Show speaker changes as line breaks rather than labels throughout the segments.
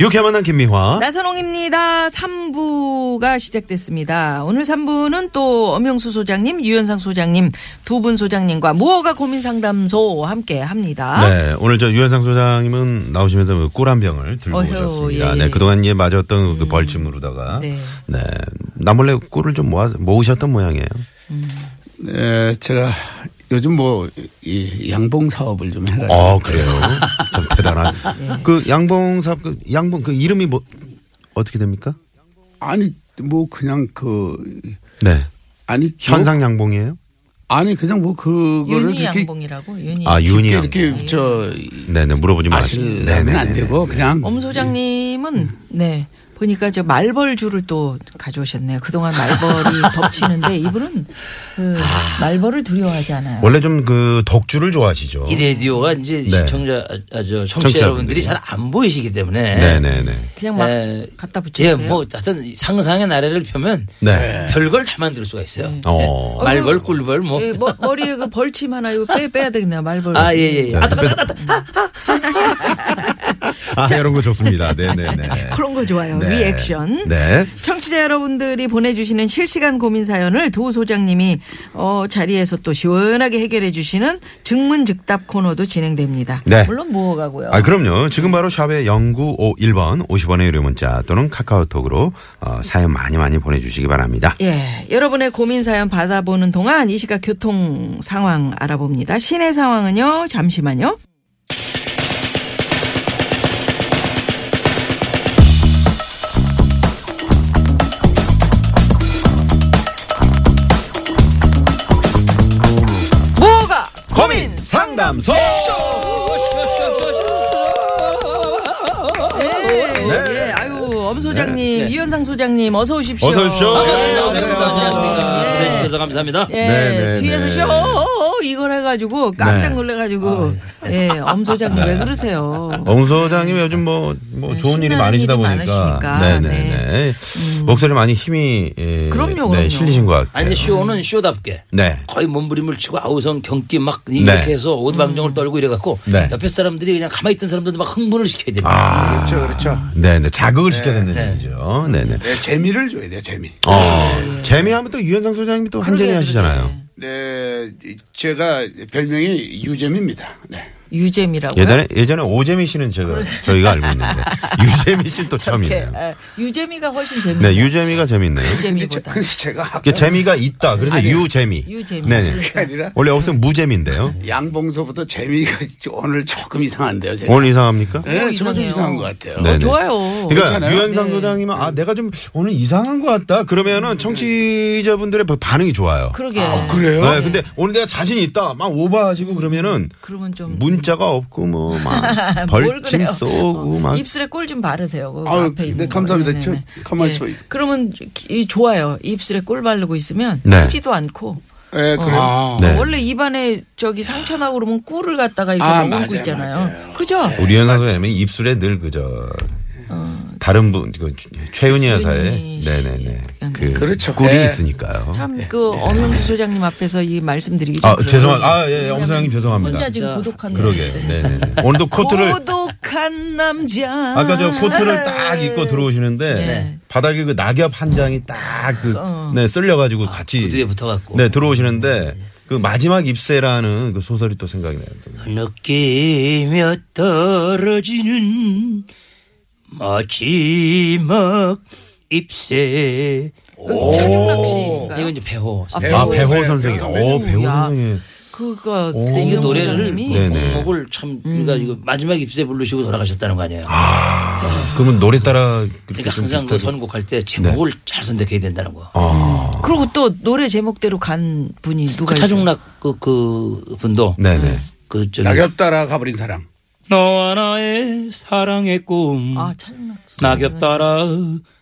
유쾌 만난 김미화.
나선홍입니다. 3부가 시작됐습니다. 오늘 3부는 또 엄영수 소장님, 유현상 소장님 두 분 소장님과 무허가 고민 상담소 함께 합니다.
네, 오늘 저 유현상 소장님은 나오시면서 그 꿀한 병을 들고
어휴,
오셨습니다.
예,
네,
예. 음.
그동안 예 맞았던 그 벌침으로다가
네.
네. 남몰래 꿀을 좀 모아, 모으셨던 모양이에요.
예, 제가 요즘 뭐, 이 양봉 사업을 좀 해가지고.
아, 그래요. 좀 대단한.
네.
그 양봉 사업 그 양봉 그 이름이 뭐 어떻게 됩니까?
아니, 뭐, 그냥 그,
네.
아니.
현상
뭐,
양봉이에요?
아니, 그냥 뭐, 그거를.
윤희
그렇게
양봉이라고 윤희.
아, 윤이
깊게
양봉.
이렇게, 저,
네, 네. 물어보지 마시고. 네,
아시려면
네.
안
네.
되고, 그냥.
엄 소장님은
음.
네. 보니까 저 말벌주를 또 가져오셨네요. 그동안 말벌이 덮치는데 이분은 그
아.
말벌을 두려워하지 않아요.
원래 좀 그 독주를 좋아하시죠.
이 라디오가 이제
네.
시청자, 아, 저, 청취자
청취자분들이.
여러분들이 잘 안 보이시기 때문에.
네, 네, 네.
그냥 막
에,
갖다 붙여도
예,
돼요?
뭐, 하여튼 상상의 나래를 펴면
네.
별걸 다 만들 수가 있어요.
네.
어.
말벌, 꿀벌, 뭐.
음. 예, 머, 머리에 그 벌침 하나 이거 빼, 빼야 되겠네요. 말벌.
아, 예, 예, 예.
자,
아,
네.
따, 따, 따,
아, 이런 거 좋습니다. 네, 네, 네.
그런 거 좋아요.
네.
리액션.
네.
청취자 여러분들이 보내주시는 실시간 고민 사연을 두 소장님이 어, 자리에서 또 시원하게 해결해 주시는 증문즉답 코너도 진행됩니다.
네.
물론 무허가고요.
아, 그럼요. 지금 바로 샵의 0951번 50원의 유료 문자 또는 카카오톡으로 어, 사연 많이 많이 보내주시기 바랍니다.
예, 여러분의 고민 사연 받아보는 동안 이 시각 교통 상황 알아봅니다. 시내 상황은요, 잠시만요. 뭐가 고민
상담소!
예,
네.
예, 아유, 엄 소장님, 이현상 소장님, 어서 오십시오.
어서 오십시오.
반갑습니다.
네,
반갑습니다. 안녕하십니까.
예.
초대해주셔서 감사합니다.
예,
네, 네,
뒤에서
네.
쇼 이걸 해가지고 깜짝 놀래가지고 예, 엄 소장님 왜 그러세요?
아, 네. 엄 어, 소장님 요즘 뭐, 뭐
네,
좋은 일이
신나는
많으시다
일이
보니까.
많으시니까.
네네네.
네.
목소리 많이 힘이. 예,
그럼요,
네,
그럼요.
실리신 것 같아요.
아니, 이제 쇼는 쇼답게.
네.
거의 몸부림을 치고 아우성 경기 막 이렇게
네.
해서
음.
오방정을 떨고 이래갖고
네. 아,
옆에 사람들이 그냥 가만히 있던 사람들도 막 흥분을 시켜야 됩니다.
그렇죠, 그렇죠.
네네. 자극을 시켜야 된다는 얘기죠. 네네.
네, 재미를 줘야 돼요, 재미.
어, 재미하면 또 유현상 소장님이 또 한쟁이 하시잖아요.
네, 제가 별명이 유재미입니다. 네.
유잼이라고요?
예전에 예전에 오재미 씨는 제가 저희가 알고 있는데 유재미 씨는 또
이렇게,
처음이네요.
예, 유잼이가 훨씬 재밌네.
네, 유재미가 재밌네요.
근데, 제,
유잼이보다.
근데 제가
이게 재미가 있다. 그래서 유재미.
유재미. 그러니까.
네.
그게 아니라
원래 없으면 무재미인데요.
양봉서부터 재미가 오늘 조금 이상한데요, 제가.
오늘 이상합니까?
네, 저도
이상해요.
이상한 것 같아요.
네네.
어, 좋아요.
그러니까
괜찮아요?
유현상 소장님은 아 내가 좀 오늘 이상한 것 같다. 그러면은 청취자분들의 반응이 좋아요.
그러게.
그래요?
네, 근데 오늘 내가 자신 있다. 막 오버하시고 그러면은
그러면 좀
문자가 없고 뭐 막
뭘
벌침
그래요?
쏘고
어,
막
입술에 꿀 좀 바르세요. 그
아유,
앞에 있는
네,
거.
감사합니다.
네네네.
저 가만히 있어.
예. 그러면 이- 좋아요. 입술에 꿀 바르고 있으면
네.
크지도 않고.
네, 그래요.
아.
네.
원래 입안에 저기 상처 나고 그러면 꿀을 갖다가 이렇게
아,
먹고
맞아요,
있잖아요.
맞아요. 네.
그죠?
우리 현상 소장님은 입술에 늘 그저 다른 분, 그 최윤희 여사의
어, 최윤희 씨.
네네네 그
그렇죠.
꿀이
네.
있으니까요.
참 그 엄영수 소장님 앞에서 이 말씀드리기 좀
네. 아
그래요.
죄송한 아예 엄소장님 죄송합니다.
혼자 지금 고독한
그러게 네네 오늘도 코트를
고독한 남자
아까 저 코트를 딱 입고 들어오시는데
네.
바닥에 그 낙엽 한 장이
어.
딱그네 쓸려가지고 같이
구두에 붙어갖고.
네 들어오시는데 그 마지막 입새라는 그 소설이 또 생각이 나요. 또.
느끼며 떨어지는 마지막 입새.
자중낚시인가요?
이건 이제 네. 배호.
아,
아
배우.
배호 선생이 오 배호
야.
선생이
그거
근데 이
이거
노래를
노래를
네.
그 목목을 참 그러니까 이거 마지막 입새 부르시고 돌아가셨다는 거 아니에요.
그러면 노래 따라 그렇게
그러니까
좀
항상 그
비슷하게- 네.
선곡할 때 제목을 잘 선택해야 된다는 거.
아,
그리고 또 노래 제목대로 간 분이 누가
그
있어요?
차중락 그, 그 분도
네네
그 저기
낙엽 따라 가버린 사람.
너와 나의 사랑의 꿈
아, 찰낙수.
낙엽 따라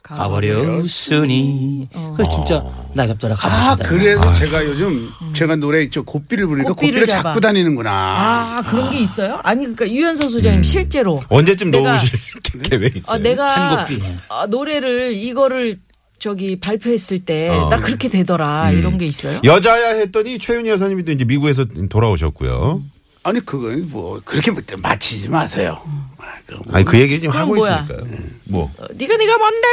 가버렸으니.
가버렸으니 그 진짜 낙엽 따라
아,
가버렸다.
그래서 제가 요즘 제가 노래 있죠. 고삐를 부르니까
음. 고삐를
고삐를
잡아.
잡고 다니는구나.
아, 그런 게 있어요? 아니, 그러니까 유현상 소장님 실제로.
언제쯤
내가-
놓으실 계획 있어요?
아, 내가
한곡비.
아, 노래를 이거를 저기 발표했을 때
어.
딱 그렇게 되더라. 이런 게 있어요?
여자야 했더니 최윤희 여사님이 또 이제 미국에서 돌아오셨고요.
아니, 그건 뭐, 그렇게 마치지 마세요.
음.
아, 그거 뭐
아니 그 얘기를 지금
그럼
하고
뭐야?
있으니까요. 뭐
어, 네가 네가 뭔데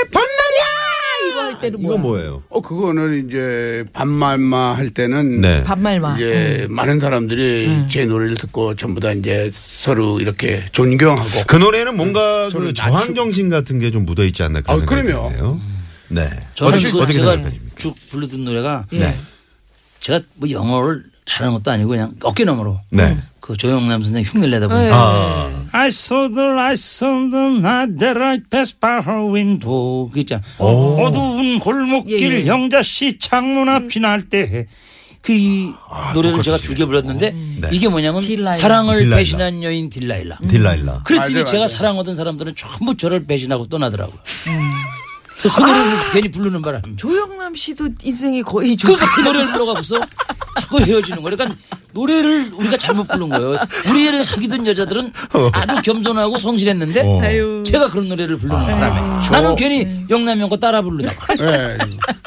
반말이야 이거 할 때는
이건
뭐야?
뭐예요?
어, 그거는 이제 반말마 할 때는
네.
반말만.
이제
음.
많은 사람들이 제 노래를 듣고 전부 다 이제 서로 이렇게 존경하고
그 노래는 뭔가 그
음, 저는
저항
낮추-
정신 같은 게 좀 묻어 있지 않나
아,
그런 생각이
그럼요.
드네요. 네.
저는 그
어떻게
제가
생각하십니까?
쭉 불러듣는 노래가
예.
제가 뭐 영어를 잘하는 것도 아니고 그냥 어깨너머로
네.
그 조영남 선생 흉내를 내다 보니까
예.
아,
I saw the lights on the night that I passed by her window. 그 있잖아.
오.
어두운 골목길
예, 예.
영자씨 창문 앞 지날 때. 그 이 노래를 제가
아, 똑같으시네.
즐겨 불렀는데
네.
이게 뭐냐면
딜라일라.
사랑을
딜라일라.
배신한 여인 딜라일라.
딜라일라.
그랬더니
맞아요,
제가
맞아요.
사랑하던 사람들은 전부 저를 배신하고 떠나더라고요. 그 노래를 괜히 부르는 바람에.
음. 조영남 씨도 인생이 거의 조...
그러니까 그 노래를 불러가면서 자꾸 헤어지는 거예요. 그러니까 노래를 우리가 잘못 부른 거예요. 우리 예를 사귀던 여자들은
어.
아주 겸손하고 성실했는데
어.
제가 그런 노래를 부르는 바람에 나는 괜히 영남이 형거 따라 부르다가
예.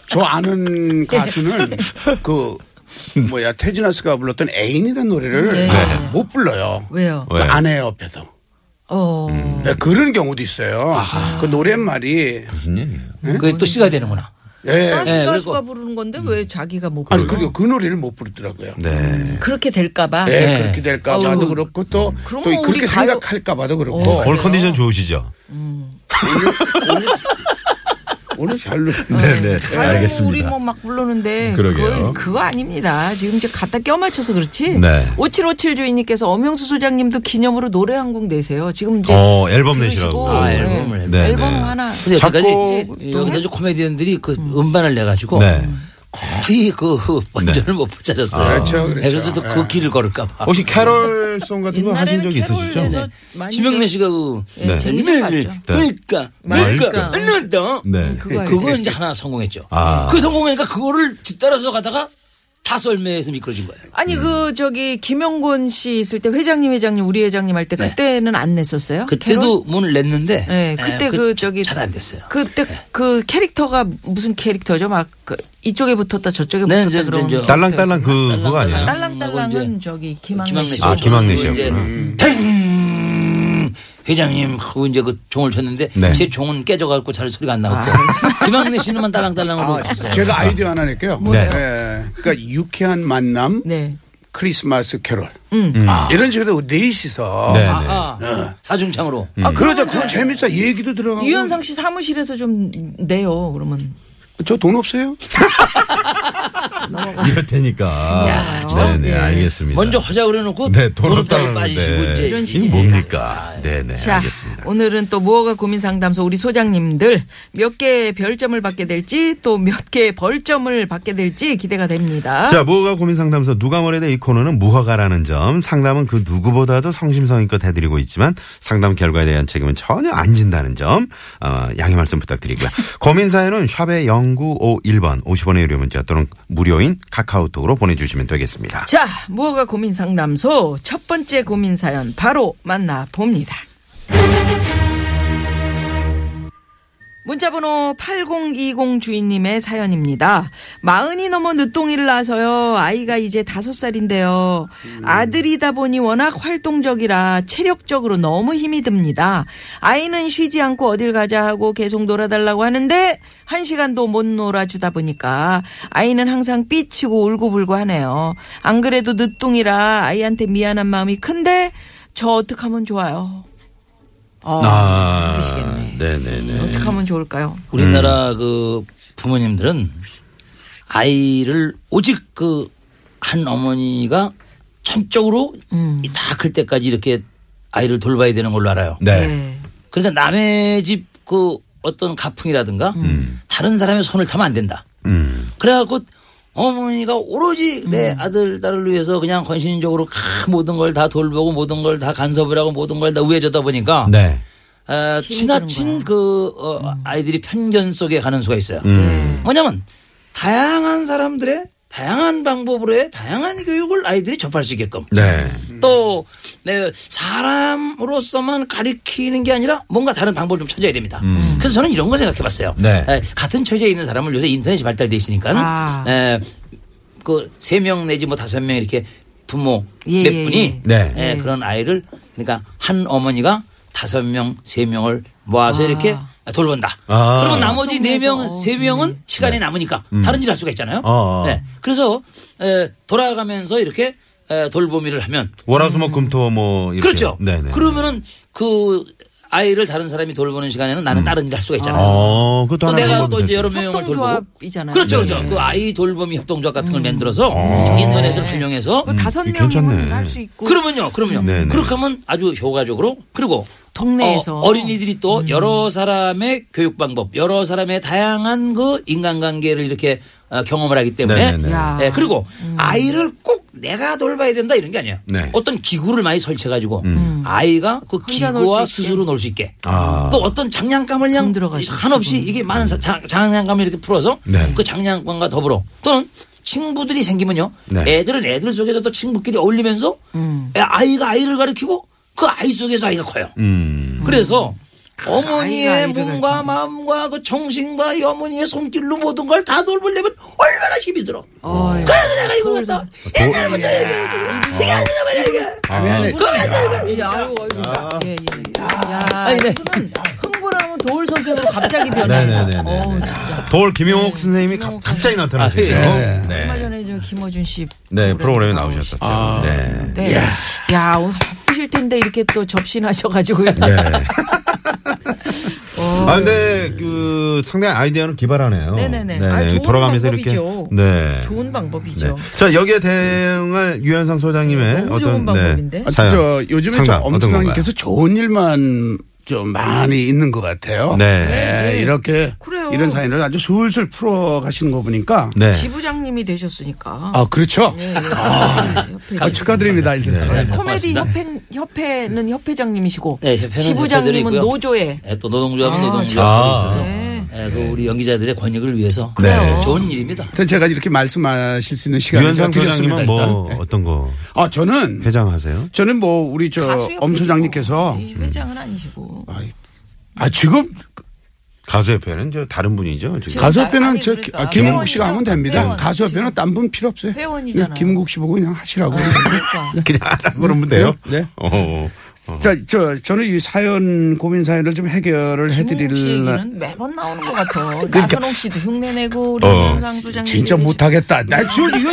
저 아는
예.
가수는 그
음.
뭐야 태진아스가 불렀던 애인이라는 노래를 못 불러요.
네. 왜요?
그 아내 옆에서.
어.
네, 그런 경우도 있어요. 그 노랫말이
무슨 얘기예요?
음.
그게 또 씨가 되는구나.
예.
다른
예,
가수가
그래서-
부르는 건데 왜 자기가 못
아니
불러?
그리고 그 노래를 못 부르더라고요.
네.
그렇게 될까봐.
예,
네.
그렇게 될까
아우.
봐도 그렇고 또,
그럼
또
뭐 우리
그렇게
가요-
생각할까 봐도 그렇고
어.
오늘 컨디션 좋으시죠?
오늘 별로
네, 네.
가요 음. 우리 뭐 막 부르는데
그러게요.
그거, 그거 아닙니다. 지금 이제 갖다 껴맞춰서 그렇지.
네.
5757 주인님께서 엄영수 소장님도 기념으로 노래 한 곡 내세요. 지금 이제
어, 앨범
들으시고,
내시라고.
아,
네.
앨범을, 앨범.
네,
앨범
네.
하나.
근데 여태까지
작곡
이제 여기서 이제 코미디언들이 그 음반을 내 가지고
네.
거의 그 원전을 못 붙여줬어요.
네. 그렇죠, 그렇죠.
그래서 또 그
예.
길을 걸을까봐.
혹시 캐럴송 같은 거 하신
음. 옛날에는
적 있으시죠?
캐롤에서 많이 예,
심영래 네. 씨가 그
네.
재밌게
재미를
봤죠. 음,
그러니까
그러니까.
그러니까 그러니까
네.
그거
그거 이제 하나 성공했죠.
아.
그 성공하니까 그거를 뒤따라서 가다가 다 썰매에서 미끄러진 거예요.
아니
음.
그 저기 김영곤 씨 있을 때 회장님 회장님 우리 회장님 할 때
네.
그때는 안 냈었어요? 캐롤?
그때도 문을 냈는데
네, 그때
에,
그 저기
잘 안 됐어요.
그때
네.
그 캐릭터가 무슨 캐릭터죠? 막그 이쪽에 붙었다 저쪽에
네,
붙었다
이제,
그런
이제, 이제
딸랑딸랑 그 그거
딸랑딸랑.
아니에요?
딸랑딸랑은
이제
저기 김학래
김학래
씨.
씨.
아, 김학래
그리고
씨였구나.
이제 탱 회장님 하고 이제 그 종을 쳤는데
네.
제 종은 깨져갖고 잘 소리가 안 나왔고
아.
김학래 씨는만 딸랑딸랑으로
아,
했어요.
제가 아이디어 하나 낼게요.
뭐예요?
예, 그러니까 유쾌한 만남,
네. 음.
크리스마스 캐롤. 아. 이런 식으로 그 넷이서.
네. 음.
아하. 사중창으로.
아, 그러자 그거 재밌어. 얘기도 들어가고.
유현상 씨 사무실에서 좀 내요. 그러면
저 돈 없어요?
아.
이럴 테니까. 네, 네, 알겠습니다.
먼저 하자 그래놓고
네,
돈 없다고
돈없다고
빠지시고 이제
이런
이게
식의
뭡니까? 네, 네, 알겠습니다.
오늘은 또 무허가 고민 상담소 우리 소장님들 몇 개의 별점을 받게 될지 또 몇 개의 벌점을 받게 될지 기대가 됩니다.
자, 무허가 고민 상담소 누가 뭐래도 이 코너는 무허가라는 점, 상담은 그 누구보다도 성심성의껏 해드리고 있지만 상담 결과에 대한 책임은 전혀 안 진다는 점, 어, 양해 말씀 부탁드리고요. 고민 사연은 샵의 0951번 50원의 유료 문자 또는 무료인 카카오톡으로 보내주시면 되겠습니다.
자, 무허가 고민 상담소 첫 번째 고민 사연 바로 만나 봅니다. 문자번호 8020 주인님의 사연입니다. 마흔이 넘어 늦둥이를 낳아서요. 아이가 이제 다섯 살인데요. 아들이다 보니 워낙 활동적이라 체력적으로 너무 힘이 듭니다. 아이는 쉬지 않고 어딜 가자 하고 계속 놀아달라고 하는데 한 시간도 못 놀아주다 보니까 아이는 항상 삐치고 울고불고 하네요. 안 그래도 늦둥이라 아이한테 미안한 마음이 큰데 저 어떡하면 좋아요. 어, 그러시겠네.
아, 네네네.
어떻게 하면 좋을까요?
음.
우리나라 그 부모님들은 아이를 오직 그 한 어머니가 전적으로 다 클 때까지 이렇게 아이를 돌봐야 되는 걸로 알아요.
네.
그러니까 남의 집 그 어떤 가풍이라든가 다른 사람의 손을 타면 안 된다.
음.
그래갖고 어머니가 오로지 내 아들 딸을 위해서 그냥 헌신적으로 캬, 모든 걸 다 돌보고 모든 걸 다 간섭을 하고 모든 걸 다 우회하다 보니까
네.
어, 지나친 그 어, 아이들이 편견 속에 가는 수가 있어요. 뭐냐면 다양한 사람들의 다양한 방법으로 의 다양한 교육을 아이들이 접할 수 있게끔
네.
음. 또 네, 사람으로서만 가리키는 게 아니라 뭔가 다른 방법을 좀 찾아야 됩니다. 그래서 저는 이런 거 생각해 봤어요.
음. 네.
같은 처지에 있는 사람을 요새 인터넷이 발달돼 있으니까
아.
그세 명 내지 뭐 다섯 명 이렇게 부모
예,
몇
예, 예.
분이
네.
예, 그런 아이를 그러니까 한 어머니가 다섯 명, 세 명을 모아서 이렇게 돌본다.
아.
그러면 나머지 네 명,
통해서.
세 명은 시간이 남으니까 다른 일 할 수가 있잖아요.
음. 네. 어, 어.
네. 그래서 에, 돌아가면서 이렇게 에, 돌보미를 하면
월화수목금토 뭐 이렇게.
그렇죠.
네네.
그러면은 그 아이를 다른 사람이 돌보는 시간에는 나는 다른 일을 할 수가 있잖아요.
음. 어, 그것도
또
하나의 네.
내가 또
방법이
이제 여러 명을 돌보고
협동조합이잖아요. 네. 음.
그렇죠, 그렇죠. 그 아이 돌봄이 협동조합 같은 걸 만들어서 인터넷을 활용해서
그 다섯
음,
명이면
괜찮네.
할 수 있고
그러면요, 그러면요.
네네.
그렇게 하면 아주 효과적으로 그리고
동네에서. 음.
어, 린이들이또 여러 사람의 교육 방법, 여러 사람의 다양한 그 인간관계를 이렇게 어, 경험을 하기 때문에
네네네.
야.
예, 그리고
음.
아이를 꼭 내가 돌봐야 된다 이런 게 아니에요.
네. 음.
어떤 기구를 많이 설치해 가지고 아이가 그
음. 혼자 놀
기구와
수 있게.
스스로 놀 수 있게.
아.
또 어떤 장난감을 그냥
들어가 있어요,
한없이 이게 많은 사- 장- 장난감을 이렇게 풀어서
네.
그 장난감과 더불어 또는 친구들이 생기면요.
네.
애들은 애들 속에서 또 친구끼리 어울리면서
음.
애- 아이가 아이를 가르치고 그 아이 속에서 아이가 커요.
음.
그래서
아이가
어머니의
아이를
몸과
가르치는
마음과 그 정신과 이 어머니의 손길로 모든 걸 다 돌보려면 얼마나 힘이 들어.
어이.
그래서 내가 이거 갖다 옛날부터 얘기하고 이게 안 된다 말이야 이게. 그거 안 된다 말이야.
야, 아유, 아유, 예, 예. 야,
아니, 네.
이거는 흥분하면 도울 선생으로 갑자기 변한다.
네네네네.
어우,
네.
진짜.
돌 김용옥 선생님이 갑-
네. 김용옥 예.
갑자기 나타나시네요.
아,
얼마
네.
전에 저 김어준 씨
네, 프로그램에
나오셨-
나오셨었죠. 네.
네. 야, 오늘 바쁘실 텐데 이렇게 또 접신하셔가지고.
네.
어,
아, 근데 그 상당히 아이디어는 기발하네요.
네네네. 아, 좋은
돌아가면서
방법이죠.
이렇게. 네.
좋은 방법이죠.
네. 자, 여기에 대응할 유현상 소장님의
너무 좋은
어떤
방법인데?
네.
아,
사연.
저 요즘에 저
상담 어떤 건가요?
엄청나게서 좋은 일만 좀 많이 있는 것 같아요.
네.
네, 이렇게
그래요.
이런 사연을 아주 술술 풀어 가시는 거 보니까
네.
지부장님이 되셨으니까.
아 그렇죠.
예, 예. 협회
아, 축하드립니다. 일단.
네.
아,
코미디
고맙습니다.
협회, 협회는 협회장님이시고
네, 협회는 협회들이
지부장님은
있고요.
노조에
예, 또 노동조합은
아.
노동조합으로 있어서
네.
예, 그 우리 연기자들의 권익을 위해서 예,
그래요.
좋은 일입니다.
일단 제가 이렇게 말씀하실 수 있는 시간을 제가
유현상
드렸습니다.
소장님은 뭐
그 일단.
어떤 거
아 저는
회장하세요?
저는 뭐 우리 저
가수협회죠.
엄 소장님께서 음.
이 회장은 아니시고
아이, 아 지금
가수협회는 저 다른 분이죠. 지금.
가-
가수협회는
아니,
저
그러니까.
아, 김국
회원이죠.
씨가 하면 됩니다.
회원.
가수협회는 딴 분 필요 없어요.
회원이잖아요.
김국 씨 보고 그냥 하시라고.
그러니까.
그냥 안 그러면 돼요?
네.
어.
자, 저 저는 이 사연 고민 사연을 좀 해결을
김홍 씨
해드릴.
얘기는 매번 나오는 것 같아.
그러니까.
나선홍 씨도 흉내내고 우리
어.
현상 소장님
진짜 못하겠다.
아,
나 지금 이거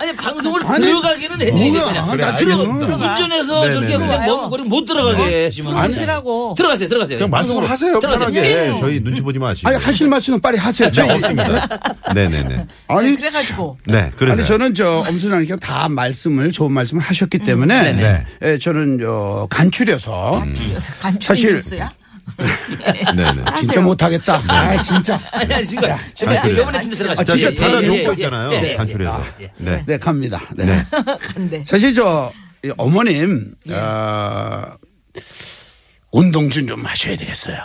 아니 방송을
아니,
들어가기는 해드리는
뭐야? 아,
거냐.
그래,
나 지금
알겠습니다.
운전해서
네,
저렇게
네, 네.
그냥 머뭇거리 못 들어가게 하시면 안 돼요.
하시라고.
들어가세요, 들어가세요.
그냥 말씀을
방송으로
하세요.
들어가세요.
편하게. 저희 눈치 보지 마시고.
예. 아니 하실 말씀은 빨리 하세요.
네, 없습니다. 네네네.
아니
그래가지고
네, 그래서.
아니 저는 저 엄순장님께서 다 말씀을 좋은 말씀을 하셨기 때문에
네네. 음, 네.
예, 저는 저 간추려서 사실- 네.
간추린 뉴스야.
네네.
진짜 못하겠다. 아 진짜.
아니, 아니, 지금. 지금
아, 그래요?
이번에 진짜 들어가세요.
아, 진짜
예, 예,
받아
예,
놓고
예,
있잖아요.
예, 예, 예.
간추려서. 네.
네 갑니다. 네.
네.
간대.
사실 저이 어머님 어, 운동 좀 좀 하셔야 되겠어요.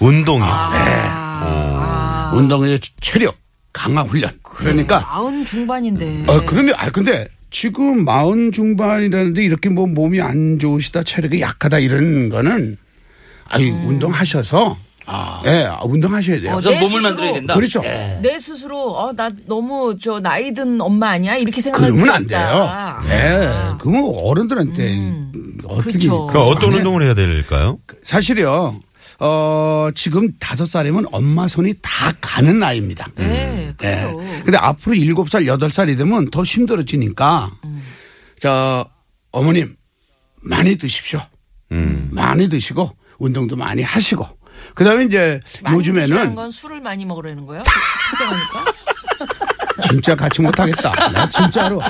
운동이요.
아,
어.
아. 운동의 체력 강화 훈련. 그러니까
마흔 중반인데.
아, 그러면, 아, 근데 지금 마흔 중반이라는데 이렇게 뭐 몸이 안 좋으시다, 체력이 약하다 이런 거는, 아유,
음.
운동하셔서, 예, 아, 운동하셔야 돼요.
어,
우선
내
몸을
스스로-
만들어야 된다.
그렇죠.
예.
내 스스로 어 나 너무 저 나이 든 엄마 아니야 이렇게 생각할
그러면 안
필요
돼요.
없다. 아. 음.
예, 그건 어른들한테 어떻게.
그쵸.
그러니까 어떤
안 해.
운동을 해야 될까요?
사실이요, 어, 지금 다섯 살이면 엄마 손이 다 가는 나이입니다.
예,
예.
그래요.
근데 앞으로 일곱 살, 여덟 살이 되면 더 힘들어지니까,
음.
저, 어머님, 많이 드십시오.
음.
많이 드시고, 운동도 많이 하시고. 그 다음에 이제
많이 드시라는
요즘에는
건 술을 많이 먹으라는 거예요? 속상하니까?
진짜 같이 못하겠다. 나 진짜로.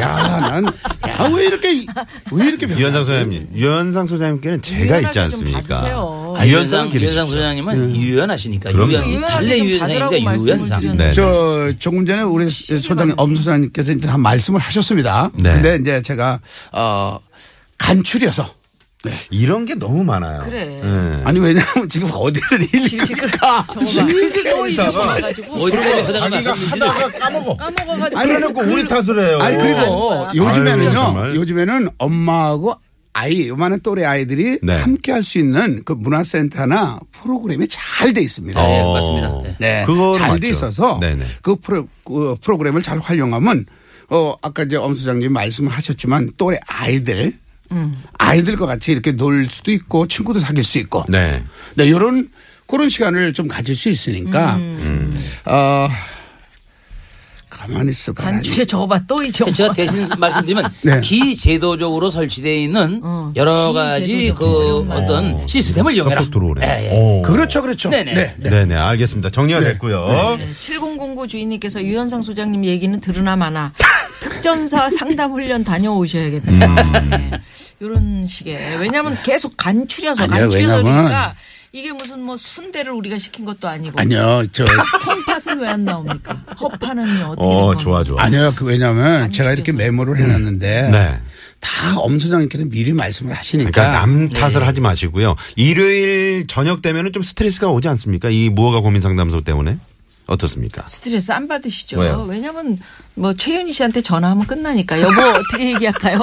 야, 난, 야, 왜 이렇게, 왜 이렇게. 변-
아, 그 유현상 소장님. 유현상 소장님께는 제가 있지
유연하게 좀
않습니까?
봐주세요. 그렇죠.
아,
유연성을
유연상,
기르십시오.
유연상 소장님은 유연하시니까
그럼요.
유연이
유연하게
달래
좀
유연상이니까
받으라고
유연상.
말씀을
네.
저 조금 전에 우리 소장 엄 소장님께서 이제 한 말씀을 하셨습니다.
네.
근데 이제 제가 어 간추려서
이런 게 너무 많아요.
그래.
예.
아니 왜냐하면 지금 어디를 일일까
또 잊어버려가지고
어디까지 화장을
자기가
맡겼는지
하다가 까먹어.
까먹어가지고 그
아니 해놓고 우리 탓을 해요.
아니 그리고
아유,
요즘에는요
어. 정말.
요즘에는 엄마하고 아이 요만한 또래 아이들이
네.
함께 할 수 있는 그 문화센터나 프로그램이 잘 돼 있습니다.
네,
어.
맞습니다. 네.
네.
그거는
잘
맞죠.
돼 있어서
네네.
그 프로, 그 프로그램을 잘 활용하면 어 아까 이제 엄 소장님 말씀하셨지만 또래 아이들 음. 아이들과 같이 이렇게 놀 수도 있고 친구도 사귈 수 있고
네.
네, 이런 그런 시간을 좀 가질 수 있으니까
음.
어 가만히 있어 봐.
간추려 저봐 또 잊어버려.
예, 제가 대신 말씀드리면
네.
기제도적으로 설치되어 있는
어,
여러 가지 그
기제도적으로. 네.
어떤 시스템을 이용해라.
적극 들어오래.
예, 예.
오.
그렇죠, 그렇죠.
네네.
네.
네네 알겠습니다. 정리가 됐고요.
네.
7009 주인님께서 유현상 소장님 얘기는 들으나 마나 특전사 상담 훈련 다녀오셔야겠다.
음.
이런 식의 왜냐하면 계속 간추려서
아니요,
간추려서
왜냐면-
그러니까 이게 무슨 뭐 순대를 우리가 시킨 것도 아니고
아니요, 저
콩팥은 왜 안 나옵니까? 허파는 어떻게
어
된
네.
좋아 좋아.
아니요, 그 왜냐하면 제가 이렇게 메모를 해놨는데
네.
다 엄소장님께서 미리 말씀을 하시니까
그러니까
네.
남 탓을 하지 마시고요. 일요일 저녁 되면은 좀 스트레스가 오지 않습니까? 이 무허가 고민 상담소 때문에 어떻습니까?
스트레스 안 받으시죠?
왜요?
왜냐면 뭐 최윤희 씨한테 전화하면 끝나니까 여보 어떻게 얘기할까요?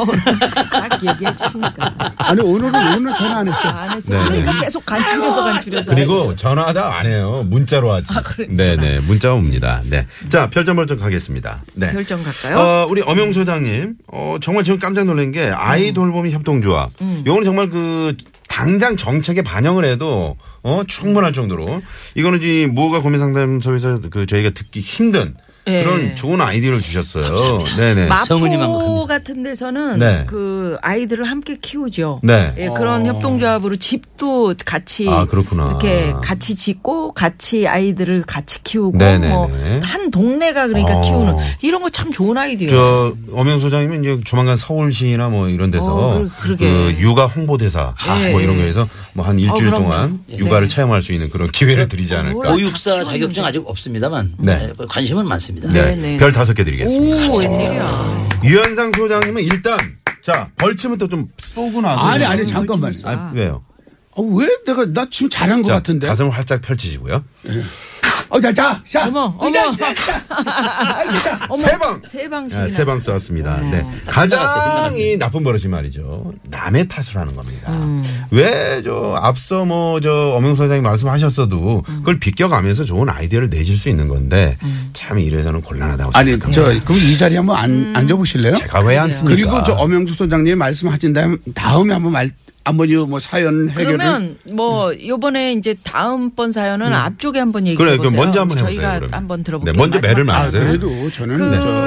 딱 얘기해 주시니까
아니 오늘은 오늘 전화 안 했어요.
안 했어요.
네.
그러니까 계속 간추려서 간추려서
그리고 전화하다 안 해요. 문자로 하지.
아,
네네. 문자 옵니다. 네. 자, 별점 벌점 가겠습니다. 네.
별점 갈까요?
어, 우리 엄영 소장님. 어, 정말 지금 깜짝 놀란 게
음.
아이 돌봄이 협동조합. 요거는 정말 그 당장 정책에 반영을 해도 어, 충분할 정도로 이거는 이제 무허가 고민 상담소에서 그 저희가 듣기 힘든
예.
그런 좋은 아이디어를 주셨어요. 네네.
성은이만
마포
갑니다.
같은 데서는
네.
그 아이들을 함께 키우죠.
네.
예,
어.
그런 협동조합으로 집도 같이
아, 그렇구나.
이렇게 같이 짓고 같이 아이들을 같이 키우고
네네네.
뭐 한 동네가 그러니까
어.
키우는 이런 거 참 좋은 아이디어. 예요
저 엄영 소장님은 이제 조만간 서울시나 뭐 이런 데서
어, 그러-
그
그러게.
육아 홍보대사
예,
뭐
예.
이런 거에서 뭐 한 일주일
그럼요.
동안
예.
육아를
네. 어,
체험할 수 있는 그런 기회를 드리지 않을까.
다
오육사
키웠는데.
자격증 아직 없습니다만
네.
예, 관심은 많습니다.
네.
네.
별 다섯 개 드리겠습니다.
오, 웬일이야.
유현상 소장님은 일단 자 벌침부터 좀 쏘고 나서
아니 아니 잠깐만. 아,
아, 왜요?
아, 왜 내가 나 지금 잘한 것
자,
같은데.
가슴을 활짝 펼치시고요.
어, 자, 자, 자.
어머, 어머. 어머,
세 방.
세 방씩.
아, 세방 쏘았습니다. 네. 가장 이 나쁜 버릇이 말이죠. 남의 탓을 하는 겁니다.
음.
왜 저 앞서 뭐 저 엄영 소장이 말씀하셨어도
음.
그걸 비껴가면서 좋은 아이디어를 내실 수 있는 건데 참 이래서는 곤란하다고
아니
생각합니다.
저
네.
그럼 이 자리 에 한번 안
음.
앉아보실래요?
제가 왜 앉습니까?
그리고 저 엄영수 소장님 말씀하신 다음- 다음에 한번 말 한번 요뭐 사연 해결을
그러면 뭐 요번에 이제 다음번 사연은 앞쪽에 한번 얘기해
음. 그래,
보세요.
그럼 먼저 한번 해보세요,
저희가
그러면.
한번 들어볼게요.
네, 먼저 매를
마지막
맞으세요.
사연.
아, 그래도 저는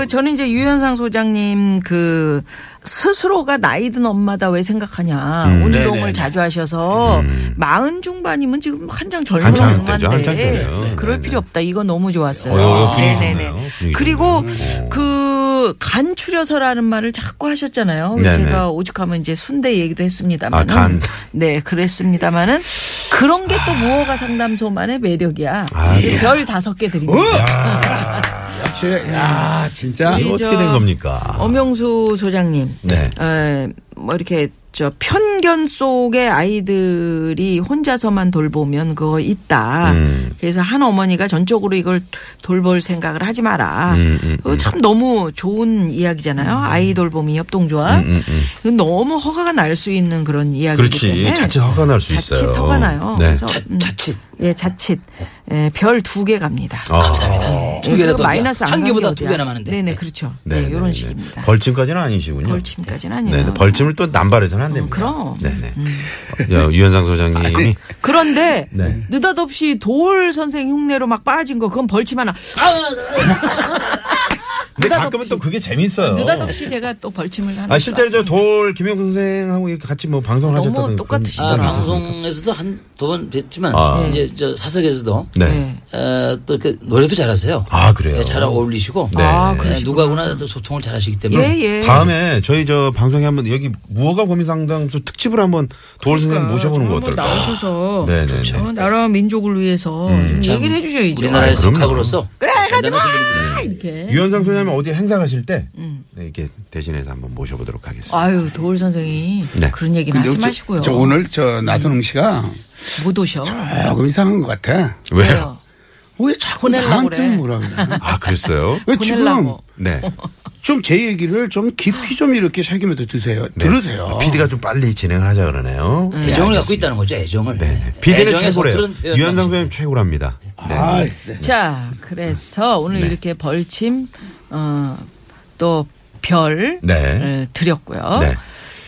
그 저는 이제 유현상 소장님 그 스스로가 나이든 엄마다 왜 생각하냐
음,
운동을
네네.
자주 하셔서 마흔 중반이면 지금 한창 젊은
한창
엄마인데
때죠, 한창 때예요. 네,
그럴
네,
필요 없다 이거 너무 좋았어요.
어, 분위기
네네네.
좋네요. 분위기
그리고
어.
그 간추려서라는 말을 자꾸 하셨잖아요.
네네.
제가 오죽하면 이제 순대 얘기도 했습니다만
아, 간.
네 그랬습니다마는 그런 게 또 무허가 상담소만의 매력이야.
아, 네.
별 다섯 개 드립니다.
아, 역시
네.
야 아, 진짜
이거
저-
어떻게 된 겁니까?
엄영수 소장님.
네.
에, 뭐 이렇게 저 편견 속에 아이들이 혼자서만 돌보면 그거 있다.
음.
그래서 한 어머니가 전적으로 이걸 돌볼 생각을 하지 마라.
음, 음,
그거 참 너무 좋은 이야기잖아요. 아이 돌봄이 협동조합. 이건 너무 허가가 날 수 있는 그런 이야기이기
음, 그렇지.
때문에
자칫 허가 날 수
네. 자칫
있어요.
허가 나요.
네.
그래서
자,
음,
자칫
예, 자칫 예, 별 두 개 갑니다.
아,
감사합니다. 두
예,
개라도
그거 마이너스
한
안간
개보다
게
두
어디야.
개나 많은데.
네네 그렇죠.
네,
네,
네,
이런
네.
식입니다.
벌침까지는 아니시군요.
벌침까지는 아니에요. 음,
네, 네. 벌침을 또 남발해서는 안 됩니다.
그럼. 음.
네네. 어, 유현상
아,
소장님이
그런데
네.
그렇죠.
아,
느닷없이 돌 선생 흉내로 막 빠진 거 그건 벌침 하나. 아,
근데 가끔은 또 그게 재밌어요.
느닷없이 제가 또 벌침을 하는
아 실제로 저 돌 김영근 선생하고 이렇게 같이 뭐 방송을
너무
하셨다던
아,
똑같으시더라.
방송에서도 한 두 번 뵀지만 네,
아.
이제 저 사석에서도
네.
어, 또 이렇게 노래도 잘하세요.
아, 그래요?
예, 잘 어울리시고
네. 아,
예,
그러시구나.
누가구나 또 소통을 잘하시기 때문에
예예.
다음에 저희 저 방송에 한번 여기 무허가 고민 상담소 특집을 한번 돌 선생님 모셔보는 거
아, 한번
어떨까?
나오셔서
네, 네, 음,
저 나라 민족을 위해서 좀 예. 얘기를 해주셔야죠.
우리나라의
아이, 그럼요.
석학으로서
그래 가지마
대단하신 분이네요.
이렇게.
유현상 소장님 어디 행사 가실 때 네, 이렇게 대신해서 한번 모셔보도록 하겠습니다.
음. 아유 도울 선생이
네.
그런 얘기
근데
하지
저-
마시고요.
저 오늘 저 나선홍 씨가
못 오셔.
조금 이상한 것 같아.
왜요?
왜 자꾸
보내려고 그래.
나한테 뭐라 그래?
아 글쎄요.
왜 지금
보내려고.
네.
좀 제 얘기를 좀 깊이 좀 이렇게 새기면서 드세요.
네.
들으세요.
어.
PD가 좀 빨리 진행을 하자 그러네요. 네.
음. 애정을 갖고 있다는 거죠. 애정을.
네. PD는
애정의
최고래요.
서투른 예, 표현
유현상
방식.
소장님 최고랍니다. 네.
아, 네.
자 그래서 오늘
네.
이렇게 벌침 어, 어또별
네.
드렸고요.
네.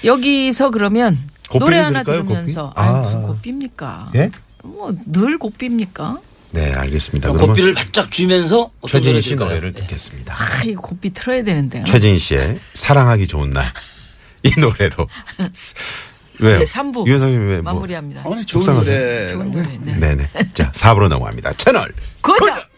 여기서 그러면
고삐를
노래 하나
드릴까요,
들으면서
고삐?
아,
아,
무슨
아.
고삐입니까?
예?
뭐늘 고삐입니까?
네, 알겠습니다.
좀
그러면
고삐를 바짝 쥐면서 어떤
최진희
노래
씨
들을까요?
노래를
예.
듣겠습니다.
아, 이 고삐 틀어야 되는데요.
최진희 씨의 사랑하기 좋은 날. 이 노래로. 왜요?
네, 삼부
유현상 님왜 뭐.
마무리합니다.
아, 오늘 좋은
속상하세요?
노래라고요?
좋은 노래. 네.
네네. 자, 4부로 넘어갑니다. 채널
고정!
고정!